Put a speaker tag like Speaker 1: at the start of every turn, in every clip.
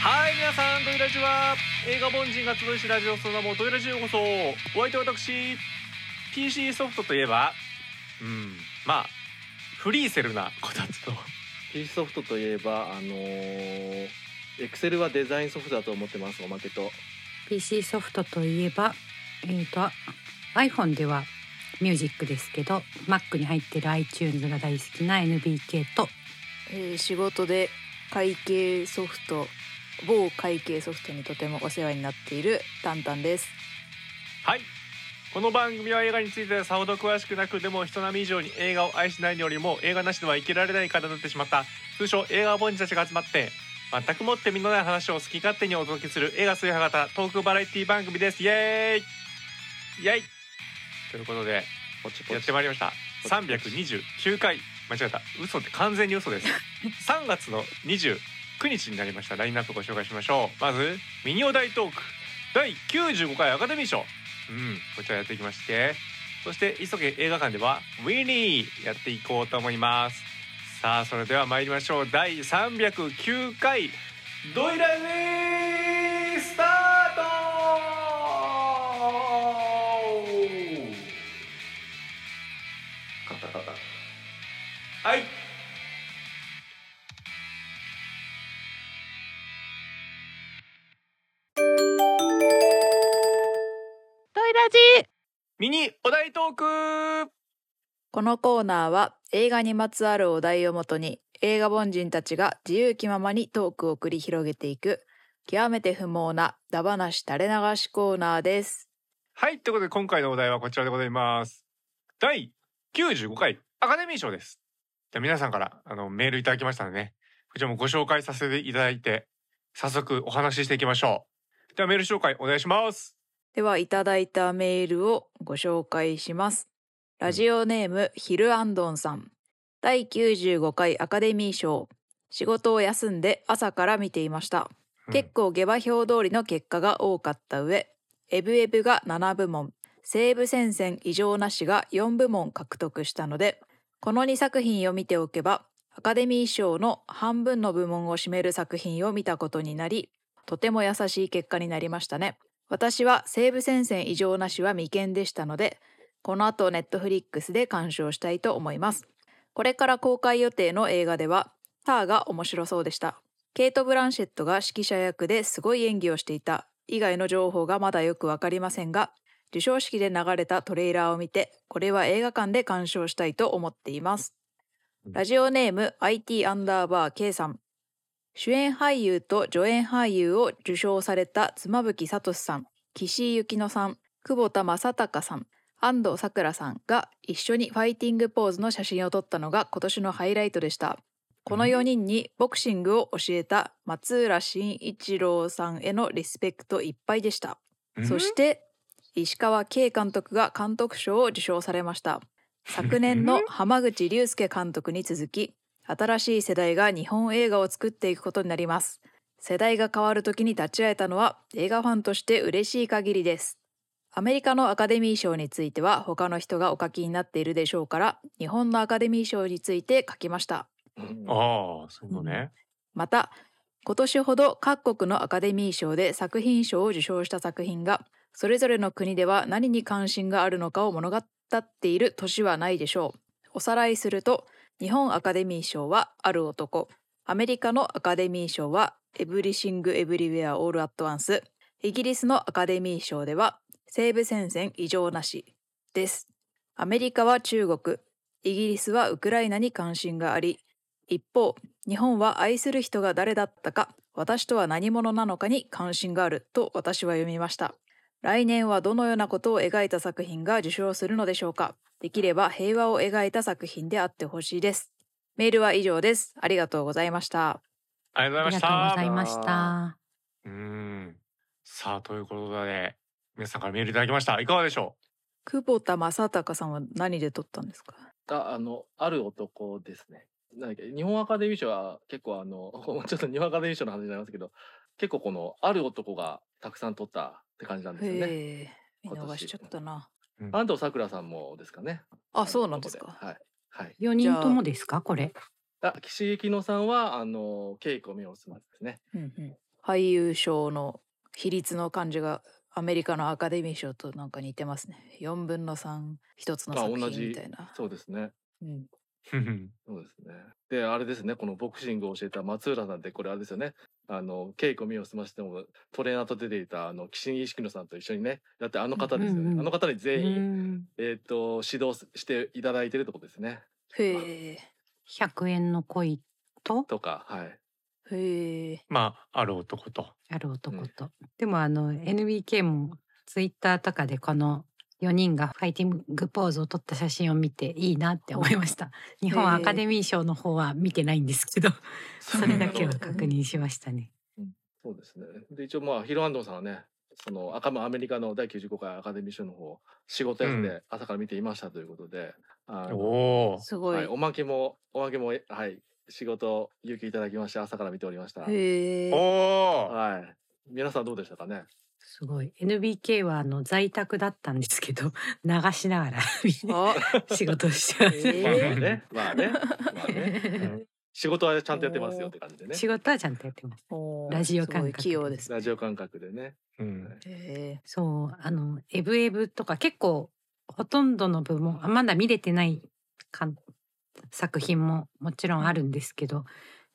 Speaker 1: はい皆さんトイラジは映画凡人が集いしラジオその名もトイラジへようこそお相手は私 PC ソフトといえばうんまあフリーセルなこたつと
Speaker 2: P ソフトといえばあのー、Excel はデザインソフトだと思ってますおまけと
Speaker 3: PC ソフトといえば、えー、と iPhone ではミュージックですけど Mac に入ってる iTunes が大好きな NBK と
Speaker 4: えー仕事で会計ソフト某会計ソフトにとてもお世話になっているタンタンです
Speaker 1: はいこの番組は映画についてさほど詳しくなくでも人並み以上に映画を愛しないよりも映画なしでは生きられない方になってしまった通称映画凡人たちが集まって全くもって身のない話を好き勝手にお届けする映画水派型トークバラエティ番組ですイエーイイエイということで
Speaker 2: ポチポチ
Speaker 1: やってまいりました329回間違えた嘘って完全に嘘です3月の29日になりましたラインナップご紹介しましょうまずミニオ大トーク第95回アカデミー賞うんこちらやっていきましてそして急げ映画館ではウィニーやっていこうと思いますさあそれでは参りましょう第309回ドイラジースタートカタカタはい
Speaker 4: トイラジ
Speaker 1: ミニお題トーク
Speaker 4: このコーナーは映画にまつわるお題をもとに映画凡人たちが自由気ままにトークを繰り広げていく極めて不毛なダバなし垂れ流しコーナーです
Speaker 1: はいということで今回のお題はこちらでございます第95回アカデミー賞ですじゃあ皆さんからあのメールいただきましたのでねこちらもご紹介させていただいて早速お話ししていきましょうではメール紹介お願いします
Speaker 4: ではいただいたメールをご紹介しますラジオネームヒルアンドンさん第95回アカデミー賞仕事を休んで朝から見ていました結構下馬評通りの結果が多かった上エブエブが7部門西部戦線異常なしが4部門獲得したのでこの2作品を見ておけばアカデミー賞の半分の部門を占める作品を見たことになりとても優しい結果になりましたね私は西部戦線異常なしは未見でしたのでこの後ネットフリックスで鑑賞したいと思いますこれから公開予定の映画ではターが面白そうでしたケイト・ブランシェットが指揮者役ですごい演技をしていた以外の情報がまだよくわかりませんが授賞式で流れたトレーラーを見てこれは映画館で鑑賞したいと思っています
Speaker 1: うん
Speaker 4: ラジオネーム IT アンダーバー K さん主演俳優と助演俳優を受賞された妻夫木聡さん岸井ゆきのさん久保田正隆さん安藤サクラさんが一緒にファイティングポーズの写真を撮ったのが今年のハイライトでしたこの4人にボクシングを教えた松浦慎一郎さんへのリスペクトいっぱいでした。
Speaker 1: うん
Speaker 4: そして石川慶監督が監督賞を受賞されました。昨年の浜口竜介監督に続き、新しい世代が日本映画を作っていくことになります。世代が変わる時に立ち会えたのは映画ファンとして嬉しい限りです。アメリカのアカデミー賞については他の人がお書きになっているでしょうから、日本のアカデミー賞について書きました。
Speaker 1: ああそういうのね、
Speaker 4: また今年ほど各国のアカデミー賞で作品賞を受賞した作品がそれぞれの国では何に関心があるのかを物語っている年はないでしょうおさらいすると日本アカデミー賞は「ある男」アメリカのアカデミー賞は「エブリシング・エブリウェア・オール・アット・ワンス」イギリスのアカデミー賞では「西部戦線異常なし」ですアメリカは中国イギリスはウクライナに関心があり一方日本は愛する人が誰だったか私とは何者なのかに関心があると私は読みました来年はどのようなことを描いた作品が受賞するのでしょうかできれば平和を描いた作品であってほしいですメールは以上ですありがとうございました
Speaker 1: ありがとう
Speaker 3: あ
Speaker 1: ござ
Speaker 3: り
Speaker 1: いまし
Speaker 3: がとう
Speaker 1: た
Speaker 3: ございました。
Speaker 1: うーんさあということで皆さんからメールいただきましたいかがでしょ
Speaker 4: 久保田正孝さんは何で撮ったんですか
Speaker 2: があのある男ですねなんだっけ日本アカデミー賞は結構あの ちょっと日本アカデミー賞の話になりますけど結構このある男がたくさん取ったって感じなんですよね
Speaker 4: へえ見逃しちゃったな
Speaker 2: 安藤サクラさんもですかね
Speaker 4: あそうなんですか
Speaker 2: あの男はい、はい、
Speaker 3: 4人ともですかこれ。
Speaker 2: あ岸井ゆきのさんはあの稽古目をすますですね
Speaker 4: うんうん俳優賞の比率の感じがアメリカのアカデミー賞となんか似てますね4分の31つの
Speaker 2: まあ
Speaker 4: 作
Speaker 2: 同
Speaker 4: 品
Speaker 2: じ
Speaker 4: みたいな、
Speaker 2: そうですね。
Speaker 4: うん、
Speaker 2: そうですね。で、あれですね、このボクシングを教えた松浦さんって、これあれですよね。あの、稽古見を済ましても、トレーナーと出ていた、あの、岸井野さんと一緒にね、だってあの方ですよね。
Speaker 3: うんうん
Speaker 2: あの方に全員、
Speaker 3: ん
Speaker 2: えっ、と、指導していただいてるってことですね。
Speaker 4: へえ
Speaker 3: 100円の恋と
Speaker 2: とか、はい。
Speaker 4: へえ
Speaker 1: まあある男と
Speaker 3: ある男と、でもあの NBK もツイッターとかでこの4人がファイティングポーズを撮った写真を見ていいなって思いま した日本アカデミー賞の方は見てないんです けど、それだけは確認しましたね
Speaker 2: そうですね。で、一応まあ、ヒロアンドンさんはね、その、赤もアメリカの第95回アカデミー賞の方、仕事休ん
Speaker 1: う
Speaker 2: で朝から見ていましたということで、あの
Speaker 1: おお
Speaker 4: すごい、
Speaker 2: はい、おまけも、おまけも、えはい、仕事、勇気いただきまして、朝から見ておりました。
Speaker 4: へ
Speaker 1: お
Speaker 4: え
Speaker 1: お
Speaker 2: はい。皆さんどうでしたかね
Speaker 3: すごい NBK はあの在宅だったんですけ ど流しながら
Speaker 4: あ
Speaker 3: 仕事をしてました、
Speaker 4: え
Speaker 2: まあ
Speaker 4: ー
Speaker 2: ね、まあね、まあ ね。仕事はちゃんとやってますよって感じでね。
Speaker 3: 仕事はちゃんとやってます
Speaker 4: おー
Speaker 3: ラジオ感覚
Speaker 4: すごい器用ですね
Speaker 2: ラジオ感覚でね。
Speaker 1: うん
Speaker 4: へ
Speaker 3: そうあのエブエブとか結構ほとんどの部門あまだ見れてないか作品ももちろんあるんですけど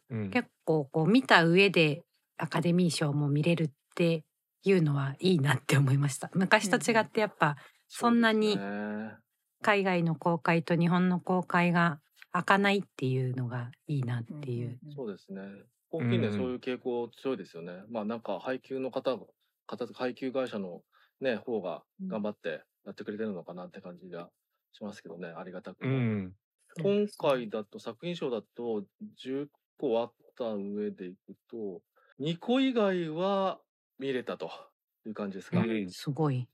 Speaker 1: うん
Speaker 3: 結構こう見た上でアカデミー賞も見れるっていうのはいいなって思いました昔と違ってやっぱそんなに
Speaker 2: そうですね
Speaker 3: 海外の公開と日本の公開が開かないっていうのがいいなっていう、
Speaker 4: ん
Speaker 2: そうですね。ここ近
Speaker 1: う
Speaker 2: 年
Speaker 1: ん
Speaker 2: そういう傾向強いですよね。まあなんか配給の方が、方配給会社のね、方が頑張ってやってくれてるのかなって感じがしますけどね、ありがたく
Speaker 1: う
Speaker 2: も。
Speaker 1: ん
Speaker 2: 今回だと作品賞だと10個あった上でいくと、2個以外は見れたという感じですか。
Speaker 1: うん
Speaker 3: すごい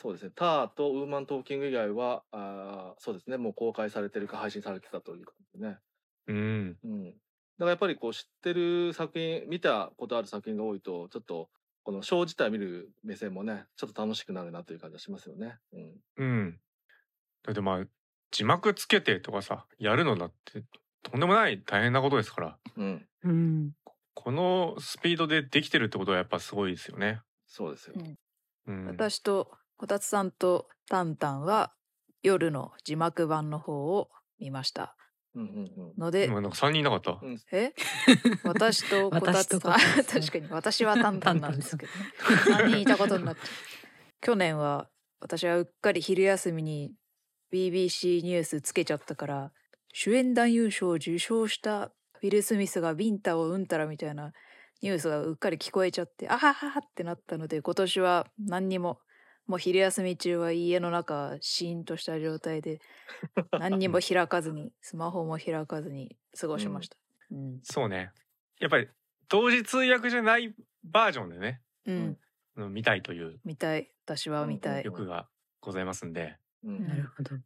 Speaker 2: そうですね。ターとウーマントーキング以外は、あーそうですね。もう公開されてるか配信されてたという感じでね。
Speaker 1: うん
Speaker 2: うん。だからやっぱりこう知ってる作品、見たことある作品が多いと、ちょっとこのショー自体見る目線もね、ちょっと楽しくなるなという感じがしますよね。うん。
Speaker 1: うんだってまあ字幕つけてとかさやるのだってとんでもない大変なことですから
Speaker 2: うん。
Speaker 3: うん
Speaker 1: このスピードでできてるってことはやっぱすごいですよね。
Speaker 2: そうですよ。
Speaker 4: うん
Speaker 1: うん、
Speaker 4: 私とこたつさんとタンタンは夜の字幕版の方を見ました
Speaker 2: うんうん
Speaker 4: ので、
Speaker 1: 今なんか三人いなかった。
Speaker 2: うん。うん、
Speaker 4: え私とこたつさん
Speaker 3: 私とこたつさん
Speaker 4: 確かに私はタンタンなんですけどね3人いたことになっちゃう去年は私はうっかり昼休みに BBC ニュースつけちゃったから主演男優賞を受賞したウィル・スミスがビンタをうんたらみたいなニュースがうっかり聞こえちゃってあはははってなったので今年は何にももう昼休み中は家の中シーンとした状態 で何にも開かずにスマホも開かずに過ごしました。うん
Speaker 1: そうね。やっぱり同時通訳じゃないバージョンでね、
Speaker 4: うんん
Speaker 1: うん見たいという
Speaker 4: 見たい私は見たい、
Speaker 2: うん
Speaker 1: 欲がございますんで、
Speaker 2: うん。
Speaker 4: ん
Speaker 3: なるほど
Speaker 1: う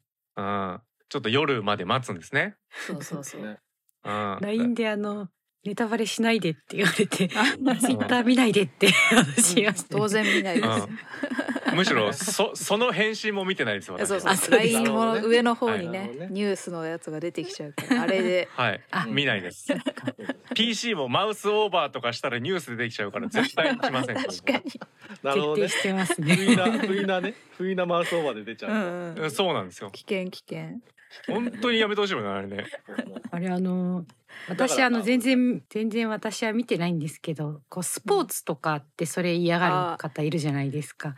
Speaker 1: ん、ちょっと夜まで待つんですね。
Speaker 4: そうそうそう、
Speaker 2: ね
Speaker 1: うん、
Speaker 3: LINE であのネタバレしないでって言われてツイ
Speaker 4: あ
Speaker 3: ッター見ないでって話しましたね、
Speaker 4: 当然見ないです、
Speaker 1: うんむしろそその返信も見てないです
Speaker 4: え
Speaker 1: 私
Speaker 4: そう
Speaker 1: は。
Speaker 4: そう
Speaker 3: あそうです
Speaker 4: LINE も上の方に
Speaker 2: はい
Speaker 4: ね
Speaker 2: なるほどね
Speaker 4: ニュースのやつが出てきちゃうからあれで
Speaker 1: はい、
Speaker 3: あ
Speaker 1: 見ないです。
Speaker 3: そっか
Speaker 2: そうですね
Speaker 1: PC もマウスオーバーとかしたらニュースでできちゃうから絶対しません。
Speaker 4: 確かに、
Speaker 2: なるほど
Speaker 3: 徹底
Speaker 2: ね。
Speaker 3: してますね
Speaker 2: 不意な、不意なね。不意なマウスオーバーで出ちゃ
Speaker 4: う
Speaker 2: う。
Speaker 4: ん
Speaker 1: う
Speaker 4: うん
Speaker 1: んそうなんですよ。
Speaker 4: 危険危険
Speaker 1: 本当にやめてほしいもんねあれね。
Speaker 3: あれあの
Speaker 2: から
Speaker 3: 私あの
Speaker 2: あ
Speaker 3: 全然全然私は見てないんですけどこうスポーツとかってそれ嫌がる方いるじゃないですか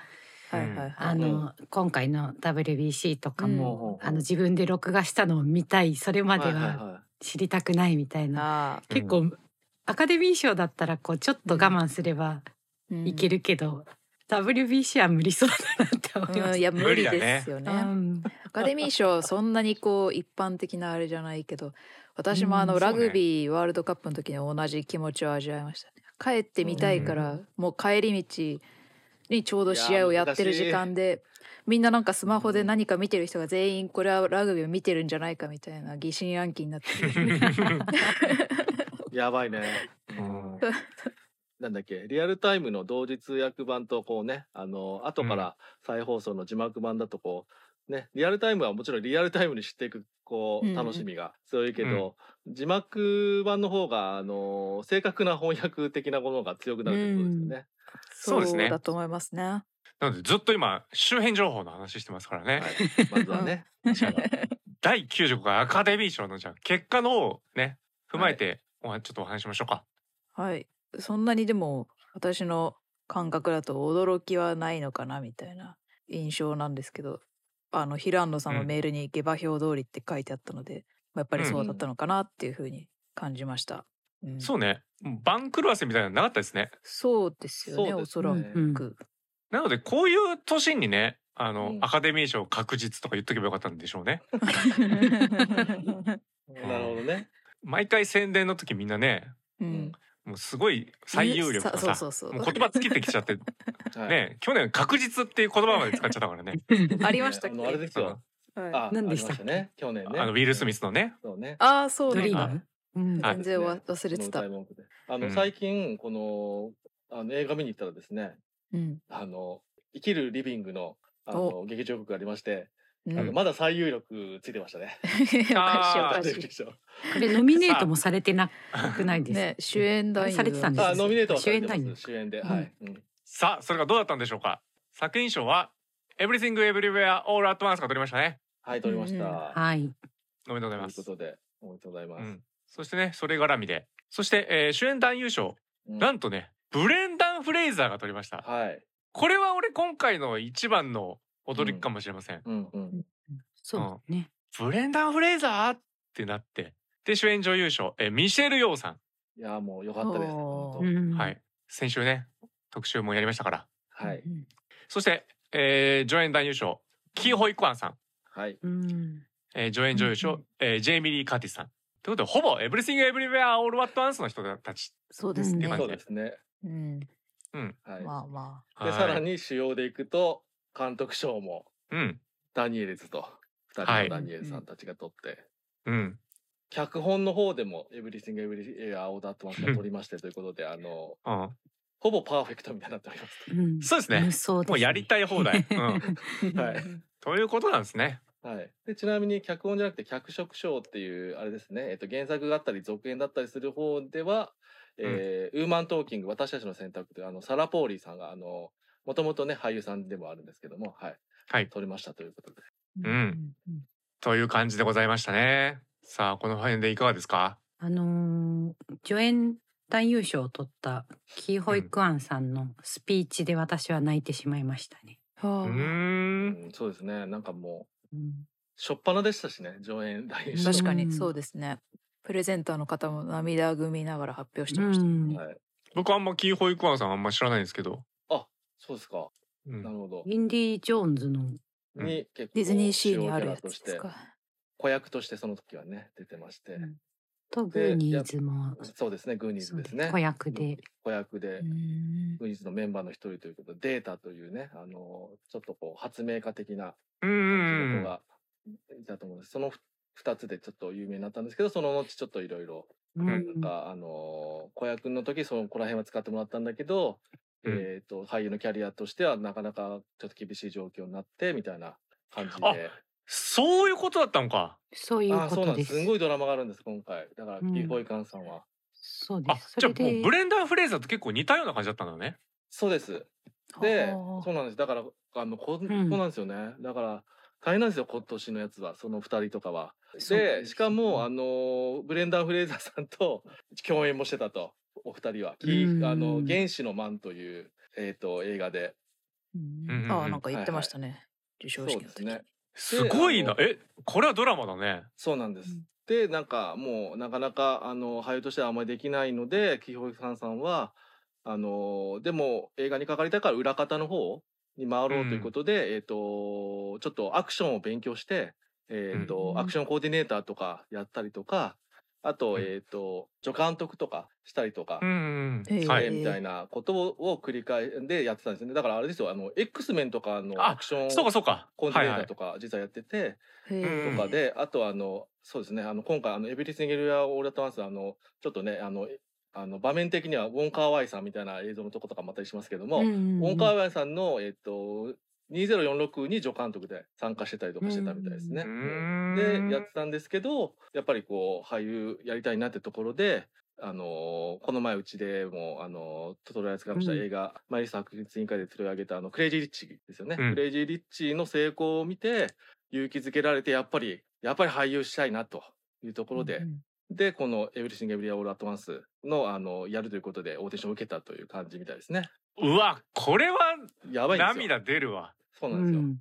Speaker 4: はいはいはい、
Speaker 3: あの、今回の WBC とかも、
Speaker 2: も
Speaker 3: あの自分で録画したのを見たいそれまでは知りたくないみたい
Speaker 1: い
Speaker 3: な、
Speaker 4: あ
Speaker 1: はい
Speaker 3: 結構、アカデミー賞だったらこうちょっと我慢すれば
Speaker 4: あ、うん
Speaker 3: いけるけど、WBC は無理そうだなって思いま
Speaker 4: うん、
Speaker 3: す
Speaker 4: いや無理
Speaker 1: 無理だね
Speaker 4: ですよね
Speaker 3: うん
Speaker 4: アカデミー賞そんなにこう一般的なあれじゃないけど私もあ
Speaker 3: う
Speaker 4: の
Speaker 3: ん
Speaker 4: ラグビーワールドカップの時に同じ気持ちを味わいましたね帰ってみたいからもう帰り道にちょうど試合をやってる時間でみんななんかスマホで何か見てる人が全員これはラグビーを見てるんじゃないかみたいな疑心暗鬼になって
Speaker 2: やばいね。
Speaker 1: うん
Speaker 2: なんだっけリアルタイムの同時通訳版とこうねあの後から再放送の字幕版だとこうね、リアルタイムはもちろんリアルタイムに知っていくこ
Speaker 4: うんう
Speaker 2: うん楽しみが強いけど、字幕版の方があの正確な翻訳的なものが強くなるってことですよね。
Speaker 1: そうですね
Speaker 4: だと思いますね。
Speaker 1: なのでずっと今周辺情報の話してますからね、
Speaker 2: はい、まずはね。
Speaker 1: じゃあ第95回アカデミー賞のじゃあ結果のをね踏まえて、おちょっとお話ししましょうか
Speaker 4: はい。そんなにでも私の感覚だと驚きはないのかなみたいな印象なんですけど、あの、ヒルアンドさんの
Speaker 1: うん
Speaker 4: メールに下馬評通りって書いてあったので、まあやっぱり
Speaker 1: うん
Speaker 4: そうだったのかなっていうふうに感じました。うん
Speaker 1: そうね番狂わせみたいなのなかったですね
Speaker 4: そうですよね、
Speaker 2: そう
Speaker 4: お
Speaker 2: です
Speaker 4: そ
Speaker 2: ね
Speaker 4: ら
Speaker 3: うんうん
Speaker 4: く。
Speaker 1: なのでこういう年にねあの、
Speaker 2: うん
Speaker 1: アカデミー賞確実とか言っとけばよかったんでしょうね
Speaker 2: なるほどね。
Speaker 1: 毎回宣伝の時みんなね
Speaker 4: うん
Speaker 1: もうすごい最有力とかさ
Speaker 4: さそうそうそう
Speaker 1: もう言 葉尽きてきちゃってね、
Speaker 2: はい、
Speaker 1: 去年確実っていう言葉まで使っちゃったからね
Speaker 4: ありましたっけ
Speaker 2: あのあれですよ。
Speaker 4: はい
Speaker 2: あ、
Speaker 3: 何でしたっ
Speaker 2: あ
Speaker 3: け
Speaker 2: りまね。去年ね。
Speaker 1: あのウィル・スミ
Speaker 2: ス。
Speaker 1: スのね
Speaker 2: そうね。
Speaker 4: ああ、そう
Speaker 3: ド
Speaker 4: なん
Speaker 3: リー
Speaker 4: だ。
Speaker 3: ム。うん
Speaker 1: あ
Speaker 4: 全然わ忘れてた
Speaker 2: こ。の歌い文句であの、
Speaker 1: うん
Speaker 2: 最近このあの映画見に行ったらですね、
Speaker 4: うん
Speaker 2: あの生きるリビングのあの劇場曲がありまして、
Speaker 4: うん
Speaker 2: あ のまだ最有力ついてましたね。
Speaker 4: おかしいお
Speaker 1: あ
Speaker 4: か
Speaker 1: ー
Speaker 4: し
Speaker 2: び
Speaker 4: い
Speaker 2: っくり。した
Speaker 3: これノミネートもされてなく ないです。
Speaker 4: ね、主演男優
Speaker 3: されてたんです
Speaker 2: あ、ノミネートはされてます
Speaker 3: 主演男優
Speaker 2: 主演で、
Speaker 3: うん
Speaker 2: はい。うん
Speaker 1: さあそれがどうだったんでしょうか作品賞は「Everything Everywhere All at Once」が取りましたね
Speaker 2: はい、取りまし
Speaker 4: うん
Speaker 2: た。
Speaker 3: はい。
Speaker 1: おめでとうござい
Speaker 2: とい
Speaker 1: ま
Speaker 2: う
Speaker 1: す
Speaker 2: ことで、おめでとうございま
Speaker 1: う
Speaker 2: す
Speaker 1: ん。そしてねそれ絡みでそして、えー主演男優賞、
Speaker 2: うん
Speaker 1: なんとねブレンダン・フレイザーが取りました
Speaker 2: はい。
Speaker 1: これは俺今回の一番の驚きかもしれません、
Speaker 2: うんうん。
Speaker 3: そうね。
Speaker 1: ブレンダン・フレイザーってなってで主演女優賞、えーミシェル・ヨーさん、
Speaker 2: いや、もう良かったです。
Speaker 4: おー
Speaker 2: 本
Speaker 3: う
Speaker 2: 当
Speaker 3: ん
Speaker 1: は。い先週ね特集もやりましたから
Speaker 2: はい。
Speaker 3: うん
Speaker 1: そして、えー、助演男優賞キーホイ・クワンさん、
Speaker 2: はい。
Speaker 3: うん。
Speaker 1: えー、助演女優賞、
Speaker 3: うん
Speaker 1: えージェイミリー・カーティスさんということでほぼエブリシング・エブリウェア・オール・ワット・アンスの人たち、
Speaker 4: そうですね
Speaker 1: うん。
Speaker 2: そうですね。
Speaker 4: うん、
Speaker 1: うん
Speaker 2: はい。
Speaker 4: まあま
Speaker 1: は
Speaker 2: で、
Speaker 1: い
Speaker 2: さらに主要でいくと、監督賞も
Speaker 1: うん
Speaker 2: ダニエルズと、二人
Speaker 1: は
Speaker 2: の
Speaker 1: い
Speaker 2: ダニエルさんたちが取って、
Speaker 1: うん
Speaker 2: 脚本の方でも、エブリシング・エブリエア・オーダートマンが取りましてということで、あの、
Speaker 1: うん
Speaker 2: ほぼパーフェクトみたいになっております。
Speaker 3: うん
Speaker 1: そうですね
Speaker 3: 無双ですね
Speaker 1: もうやりたい放 題、うん、
Speaker 4: あ。
Speaker 2: はい
Speaker 1: ということなんですね
Speaker 2: はい、でちなみに脚本じゃなくて脚色賞っていうあれですね、えっと、原作があったり続編だったりする方では、えーウーマントーキング私たちの選択というあのサラ・ポーリーさんがあのもともとね俳優さんでもあるんですけども、はい
Speaker 1: はい
Speaker 2: 取りましたということで
Speaker 1: うんという感じでございましたねさあこの辺でいかがですか
Speaker 3: あのー助演男優賞を取ったキーホイクアンさんのスピーチで私は泣いてしまいましたね。
Speaker 1: う
Speaker 4: は
Speaker 1: ー
Speaker 4: あ
Speaker 2: うんんそうですねなんかも
Speaker 3: うん
Speaker 2: う初っ端でしたしね上演来優
Speaker 4: 確か
Speaker 3: う
Speaker 4: に
Speaker 3: ん
Speaker 4: そうですね。プレゼンターの方も涙ぐみながら発表してました
Speaker 3: うん
Speaker 4: ね。
Speaker 2: はい、
Speaker 1: 僕あんまキーホイクワンさんあんま知らないんですけど、
Speaker 2: そうですか
Speaker 1: うん
Speaker 2: なるほど、
Speaker 3: インディ・ジョーンズの
Speaker 1: うん
Speaker 2: に結構
Speaker 4: ディズニーシーにあるや
Speaker 2: 主要キャラと
Speaker 4: つ
Speaker 2: し
Speaker 4: です
Speaker 2: て
Speaker 4: か。
Speaker 2: 子役としてその時はね出てまして、
Speaker 3: うんとグーニーズも
Speaker 2: そうですねグーニーズですね
Speaker 3: 子役で。
Speaker 2: 子役で
Speaker 4: うん
Speaker 2: グニズのメンバーの一人ということで、データというね、あの、ちょっとこう、発明家的な
Speaker 1: うんう
Speaker 2: 感じの
Speaker 1: ん
Speaker 2: 子がいたと思うんです。そのふ二つでちょっと有名になったんですけど、その後ちょっといろいろ、
Speaker 3: うん
Speaker 2: なんか、あの、子役の時、その、こら辺は使ってもらったんだけど、
Speaker 1: うん
Speaker 2: えっ、と、俳優のキャリアとしてはなかなかちょっと厳しい状況になって、みたいな感じで。
Speaker 1: そういうことだったのか
Speaker 3: そういう
Speaker 2: ああ、
Speaker 3: こ
Speaker 2: そうな
Speaker 3: と
Speaker 2: んで。
Speaker 3: ですす。
Speaker 2: すんごいドラマがあるんです、今回。だから、キ
Speaker 3: うん
Speaker 2: ーホイカンさんは。
Speaker 3: そうで
Speaker 1: あ
Speaker 3: す。
Speaker 1: じゃ
Speaker 3: そ
Speaker 1: あ
Speaker 3: れ
Speaker 1: もう
Speaker 3: で
Speaker 1: ブレンダー・フレイザーと結構似たような感じだったんだね
Speaker 2: そうです。で
Speaker 4: はあ、
Speaker 2: そうなんです。だから、あの、こ、
Speaker 3: ん
Speaker 2: そうなんですよね。だから、大変なんですよ、今年のやつは、その二人とかは。
Speaker 3: そうなん
Speaker 2: で、
Speaker 3: です
Speaker 2: しかも、あの、ブレンダー・フレイザーさんと 共演もしてたと、お二人は。キー
Speaker 3: うん
Speaker 2: あの、原始のマンという、えっ、と、映画で。
Speaker 1: うん
Speaker 4: ああ、なんか言ってましたね。受賞式の時
Speaker 2: そうですね
Speaker 1: すごいな
Speaker 2: あの
Speaker 1: えこれはドラマだね
Speaker 2: そうなんです。で、なんか、もう、なかなか、あの、俳優としてはあんまりできないので、キーホイさんさんは、あの、でも、映画にかかりたいから裏方の方に回ろうということで、えっ、と、ちょっとアクションを勉強して、えっ、と、
Speaker 4: うん
Speaker 2: アクションコーディネーターとかやったりとか、あと、
Speaker 1: うん
Speaker 2: えっ、と、助監督とかしたりとか、
Speaker 1: うん
Speaker 4: え
Speaker 1: うん
Speaker 4: ー
Speaker 1: は
Speaker 2: えー
Speaker 1: い
Speaker 2: みたいなことを繰り返でやってたんですよね。だからあれですよ、あの、X メンとかの
Speaker 1: あ
Speaker 2: アクション
Speaker 1: そうかそうか
Speaker 2: コーディ
Speaker 1: は
Speaker 2: ネ
Speaker 1: い
Speaker 2: ー
Speaker 1: は
Speaker 2: タ
Speaker 1: い
Speaker 2: ーとか実はやってて、
Speaker 4: へえ
Speaker 2: とかで、あとはあの、そうですね、あの、今回、あの、エブリシング・エブリウェア・オール・アット・ワンス、あの、ちょっとね、あの、えあの、場面的には、ウォンカー・ワイさんみたいな映像のとことかもあったりしますけども、
Speaker 3: うんうんうん
Speaker 2: ウォンカー・ワイさんの、えっと、 2046に助監督で参加してたりとかしてたみたいですね
Speaker 1: う。ん
Speaker 2: でやってたんですけどやっぱりこう俳優やりたいなってところで。あのーこの前うちでもあのートトロヤスがした映画、マイリス博物委員会で取り上げたあのクレイジー・リッチですよね、
Speaker 1: うん
Speaker 2: クレイジー・リッチの成功を見て勇気づけられてやっぱりやっぱり俳優したいなというところで、
Speaker 3: うん
Speaker 2: でこの「エブリシング・エブリア・オール・アット・ワンスの」あのやるということでオーディションを受けたという感じみたいですね
Speaker 1: うわこれは
Speaker 2: やばいんですよ
Speaker 1: 涙出るわ
Speaker 2: そう
Speaker 3: う
Speaker 2: なんですよ、
Speaker 3: ん、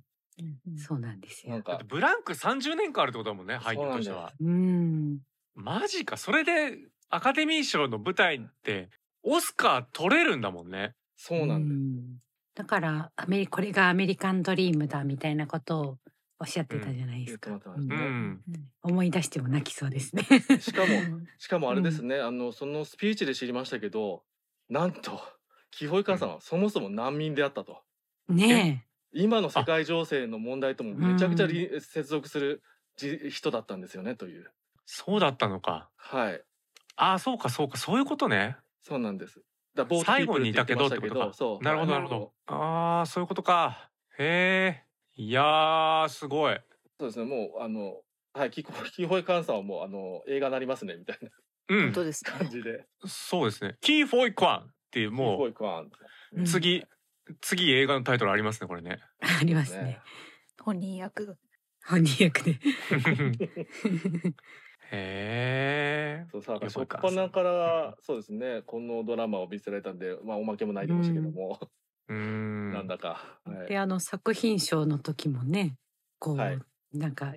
Speaker 4: うん
Speaker 3: そうなんです
Speaker 2: な
Speaker 3: よ
Speaker 2: ん。か
Speaker 1: ブランク30年間あるってことだもんね
Speaker 2: そ
Speaker 1: 俳
Speaker 2: うなん
Speaker 1: 優と
Speaker 2: です
Speaker 1: しては
Speaker 3: うん、
Speaker 1: マジかそれでアカデミー賞の舞台ってオスカー取れるんだもんね
Speaker 2: そうなんです、
Speaker 3: んだからアメリこれがアメリカンドリームだみたいなことをおっしゃってたじゃないですか。
Speaker 2: うん言ってまし
Speaker 1: う
Speaker 2: たね
Speaker 1: ん
Speaker 3: 思い出しても泣きそうですね。
Speaker 2: しかもしかもあれですね、あのそのスピーチで知りましたけどなんとキホイカンさんはそもそも難民であったと、
Speaker 3: ね
Speaker 2: 今の世界情勢の問題ともめちゃくちゃり、接続するじ人だったんですよねという
Speaker 1: そうだったのか
Speaker 2: はい
Speaker 1: ああそうかそうかそういうことね
Speaker 2: そうなんですだボート
Speaker 1: 最後にいたけど
Speaker 2: ピ
Speaker 1: っ
Speaker 2: ー
Speaker 1: て
Speaker 2: プル
Speaker 1: こ
Speaker 2: って
Speaker 1: と
Speaker 2: 言って
Speaker 1: かなるほ
Speaker 2: ましたけどそう
Speaker 1: どなるほどああそういうことかへえいやーすごい
Speaker 2: そうですね、もう、あの、はい、 キコ、キホイカンさんはもう、あの、映画になりますね、みたいな
Speaker 1: う
Speaker 4: 本
Speaker 1: ん
Speaker 4: 当です
Speaker 2: 感
Speaker 4: ね。
Speaker 2: じで。
Speaker 1: そうですねキー・フォイ・クワンっていう
Speaker 2: キホ
Speaker 1: も
Speaker 2: イカン。
Speaker 3: え、
Speaker 1: う
Speaker 3: うん
Speaker 1: 次次映画のタイトルありますねこれね
Speaker 3: ありますね
Speaker 2: ね。
Speaker 4: 本人役が
Speaker 3: 本人役で。
Speaker 1: へえ
Speaker 2: そう、さ、
Speaker 1: キ
Speaker 2: 初
Speaker 1: ホ
Speaker 2: っ
Speaker 1: イカンさん
Speaker 2: 端から、そうですね、このドラマを見せられたんで、まあ、おまけも泣いてましたけども、
Speaker 1: う
Speaker 2: なんんだか。は
Speaker 3: で
Speaker 2: い。
Speaker 3: あの作品賞の時もねこう、
Speaker 2: はい
Speaker 3: なんか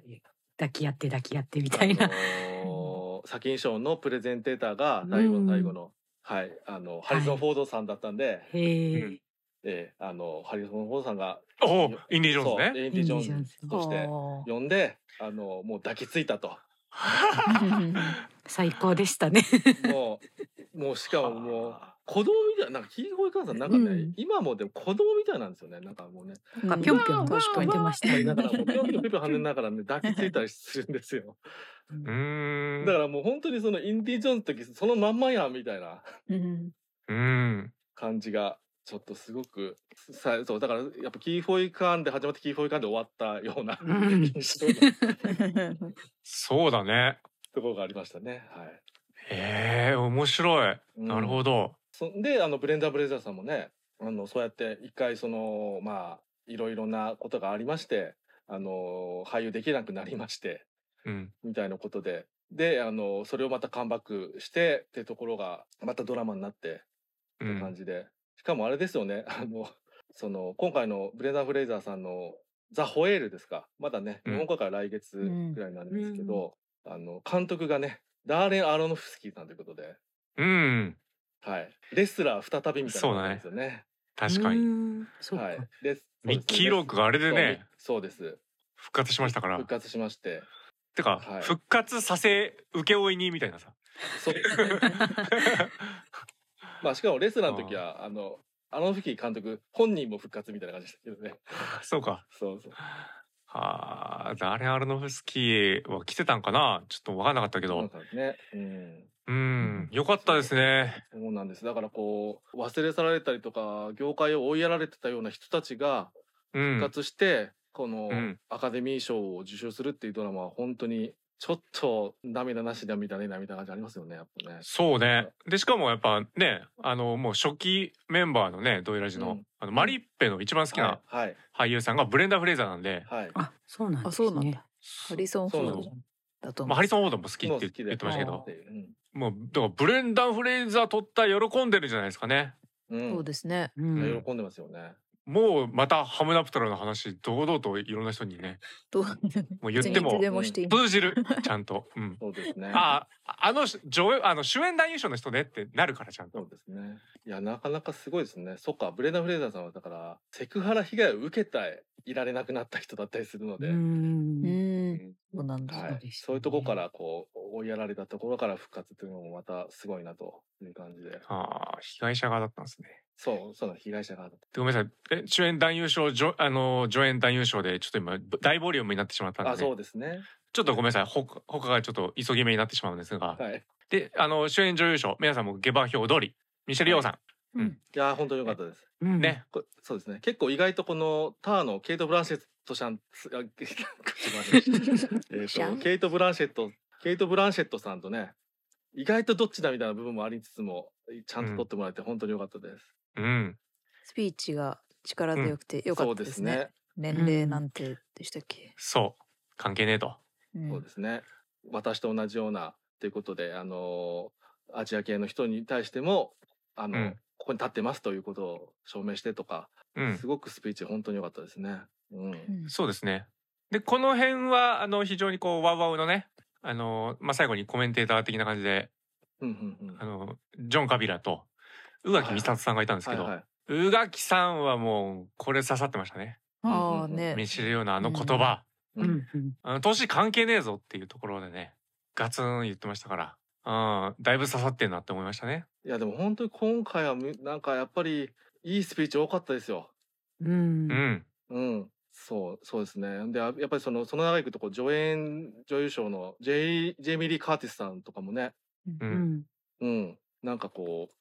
Speaker 3: 抱き合って抱き合ってみたいな。
Speaker 2: あのー作品賞のプレゼンテーターが、最後の最後の、はい、あの、ハリソン・フォードさんだったんで、
Speaker 3: へえ、
Speaker 1: うん
Speaker 2: えーあの、ハリソン・フォードさんが、
Speaker 1: おうインディ・ジョーンズ
Speaker 2: そう
Speaker 1: ね
Speaker 2: インディ・ジョ
Speaker 3: インディジョ
Speaker 2: ー
Speaker 3: ー
Speaker 2: ン
Speaker 3: ン
Speaker 2: ズ
Speaker 3: ズ
Speaker 2: として、
Speaker 4: おー
Speaker 2: 呼んで、あの、もう抱きつい たと。
Speaker 3: 最高でしたね。
Speaker 2: もう、もうしかももう、子供みたい、なんか、キーホイカンさん、なんかね、
Speaker 3: うん
Speaker 2: 今もでも子供みたいなんですよね、なんかも うね。
Speaker 4: うん
Speaker 3: なんかぴょんぴょん
Speaker 4: 確か
Speaker 3: 飛ん
Speaker 4: に
Speaker 3: でました
Speaker 2: だ
Speaker 3: ね。
Speaker 2: から、もう、ぴょんぴょんぴょんぴょん跳ねながらね、抱きついたりするんですよ。
Speaker 1: うー
Speaker 2: だ
Speaker 1: ん
Speaker 2: からもう本当にその、インディ・ジョーンズの時、そのまんまやん、みたいな
Speaker 4: うん
Speaker 1: うん
Speaker 2: 感じが、ちょっとすごく、さそう、だから、やっぱキーホイカンで始まって、キーホイカンで終わったような、
Speaker 3: うん
Speaker 2: 印象の
Speaker 1: そうだね
Speaker 2: ところがありましたね。はい。
Speaker 1: へえ面白いなる
Speaker 2: ど
Speaker 1: ほど
Speaker 2: そんであのブレンダー・ブレイザーさんもねあのそうやって一回そのまあいろいろなことがありましてあの俳優できなくなりまして
Speaker 1: うん
Speaker 2: みたいなことでであのそれをまたカムバックしてってところがまたドラマになって
Speaker 1: う
Speaker 2: って感
Speaker 1: ん
Speaker 2: じで、しかもあれですよねあの その今回のブレンダー・ブレイザーさんの「ザ・ホエール」ですかまだね
Speaker 1: うん
Speaker 2: 日本公開は来月ぐらいなんですけど、あの監督がねダーレン・アロノフスキーさんということで。
Speaker 1: うん
Speaker 2: はい、レスラー再びみたいな感じですよね。
Speaker 1: 確か
Speaker 3: う
Speaker 1: に
Speaker 3: ん そうか。
Speaker 2: はい、で
Speaker 1: ミッキー・ロークがあれでね
Speaker 2: そうですそうです
Speaker 1: 復活しましたから
Speaker 2: 復活しまして
Speaker 1: てか、
Speaker 2: はい
Speaker 1: 復活させ請負人みたい なさ
Speaker 2: そうまあしかもレスラーの時はあのアロン・フィキー監督本人も復活みたいな感じでしたけどね
Speaker 1: そうか
Speaker 2: そうそう
Speaker 1: はあダレン・アルノフスキーは来てたんかなちょっと分かんなかったけ
Speaker 2: なん
Speaker 1: ど
Speaker 2: かね、うん、
Speaker 1: うんよかったですね
Speaker 2: そうなんですだからこう忘れ去られたりとか業界を追いやられてたような人たちが
Speaker 1: う
Speaker 2: 復
Speaker 1: ん
Speaker 2: 活して、この
Speaker 1: うん
Speaker 2: アカデミー賞を受賞するっていうドラマは本当にちょっと涙なし涙ね涙な感じありますよねやっぱね
Speaker 1: そうねでしかもやっぱねあのもう初期メンバーのねドイラジの,、
Speaker 2: うん
Speaker 1: あのマリッペの一番好きな
Speaker 2: はい
Speaker 1: 俳優さんがブレンダー・フレイザーなんで、
Speaker 2: はい、はい
Speaker 3: あそうなんですね。
Speaker 4: あそうなんだ。ハリソン・フォー
Speaker 2: そう
Speaker 4: ドだと
Speaker 1: ま
Speaker 4: 思
Speaker 1: あ、ハリソン・フォードも好き
Speaker 2: も
Speaker 1: っ
Speaker 2: う好
Speaker 1: て
Speaker 2: きで
Speaker 1: 言ってましたけ
Speaker 4: あ
Speaker 1: ど
Speaker 4: ー
Speaker 2: うん
Speaker 1: もうだからブレンダー・フレイザー取った喜んでるじゃないですかね
Speaker 2: う、
Speaker 4: う。そうんですね。
Speaker 3: う
Speaker 2: い
Speaker 3: ん
Speaker 2: や。喜んでますよね。
Speaker 1: もうまたハムナプトラの話堂々といろんな人にね
Speaker 4: と
Speaker 1: もう言って
Speaker 4: いつ
Speaker 1: も
Speaker 4: でもしていい。
Speaker 1: 通じるちゃんと、うん、
Speaker 2: そうです ね。
Speaker 1: ああの上映あの主演男優賞の人ねってなるからちゃん
Speaker 2: そ
Speaker 1: と
Speaker 2: うですね。いや、なかなかすごいですね。そっか、ブレナ・フレイザーさんはだから、セクハラ被害を受けたいられなくなった人だったりするので、
Speaker 3: うん
Speaker 4: う。ん。そうなんだ。
Speaker 2: は
Speaker 3: そうですよ
Speaker 2: い、
Speaker 3: ね
Speaker 2: そういうとこから、こう、追いやられたところから復活というのもまたすごいなという感じで。
Speaker 1: ああ被害者側だったんですね
Speaker 2: そう、そうなの被害者が。
Speaker 1: でごめんなさいえ主演男優賞助あの助演男優賞でちょっと今大ボリュームになってしまったんで,、
Speaker 2: あ、そうですね。
Speaker 1: ちょっとごめんなさいほ他がちょっと急ぎ目になってしまうんですが、
Speaker 2: はい。
Speaker 1: であの主演女優賞皆さんも下馬評通りミシェル・ヨーさん、
Speaker 3: うん
Speaker 2: いやー本当に良かったです。
Speaker 3: うん
Speaker 1: ね。
Speaker 2: こそうですね。結構意外とこのターのケイト・ブランシェットさん、すあ ケイト口が悪い え
Speaker 4: シャ
Speaker 2: ー
Speaker 4: ン
Speaker 2: とケイト・ブランシェット、ケイト・ブランシェットさんとね、意外とどっちだみたいな部分もありつつも、ちゃんと撮ってもらえて本当に良かったです。
Speaker 1: うん。
Speaker 4: スピーチが力強くて良かったですね。
Speaker 3: すね
Speaker 4: 年齢なんてでしたっけ？
Speaker 1: そう。関係ねえと。
Speaker 4: うん
Speaker 2: そうですね。私と同じようなということで、あのーアジア系の人に対しても、あの、
Speaker 1: うん
Speaker 2: ここに立ってますということを証明してとか、
Speaker 1: うん
Speaker 2: す。ごくスピーチ本当に良かったですね。うん。
Speaker 4: うん
Speaker 1: そうですね。で、この辺は、あの、非常にこう、ワウワウのね、あの、まあ、最後にコメンテーター的な感じで、
Speaker 2: うんうんうん。
Speaker 1: あの、ジョン・カビラと、宇垣美里さんがいたんですけど、
Speaker 2: はいはい。
Speaker 1: 宇垣さんはもう、これ刺さってましたね。
Speaker 4: ああ
Speaker 2: え
Speaker 4: ね。
Speaker 1: 見知るようなあの言葉、
Speaker 3: う
Speaker 2: うん
Speaker 3: んうん
Speaker 1: あの、年関係ねえぞっていうところでね、ガツン言ってましたから、うん、だいぶ刺さってんなって思いましたね。
Speaker 2: いやでも本当に今回はむなんかやっぱりいいスピーチ多かったですよ。
Speaker 3: うん
Speaker 1: う。ん。
Speaker 2: うん。そう、そうですね。で、あやっぱりその、その長いこと、こう、助演女優賞のジェイ、ジェイミリー・カーティスさんとかもね、
Speaker 1: う。
Speaker 3: うんん。。
Speaker 2: うん。なんかこう、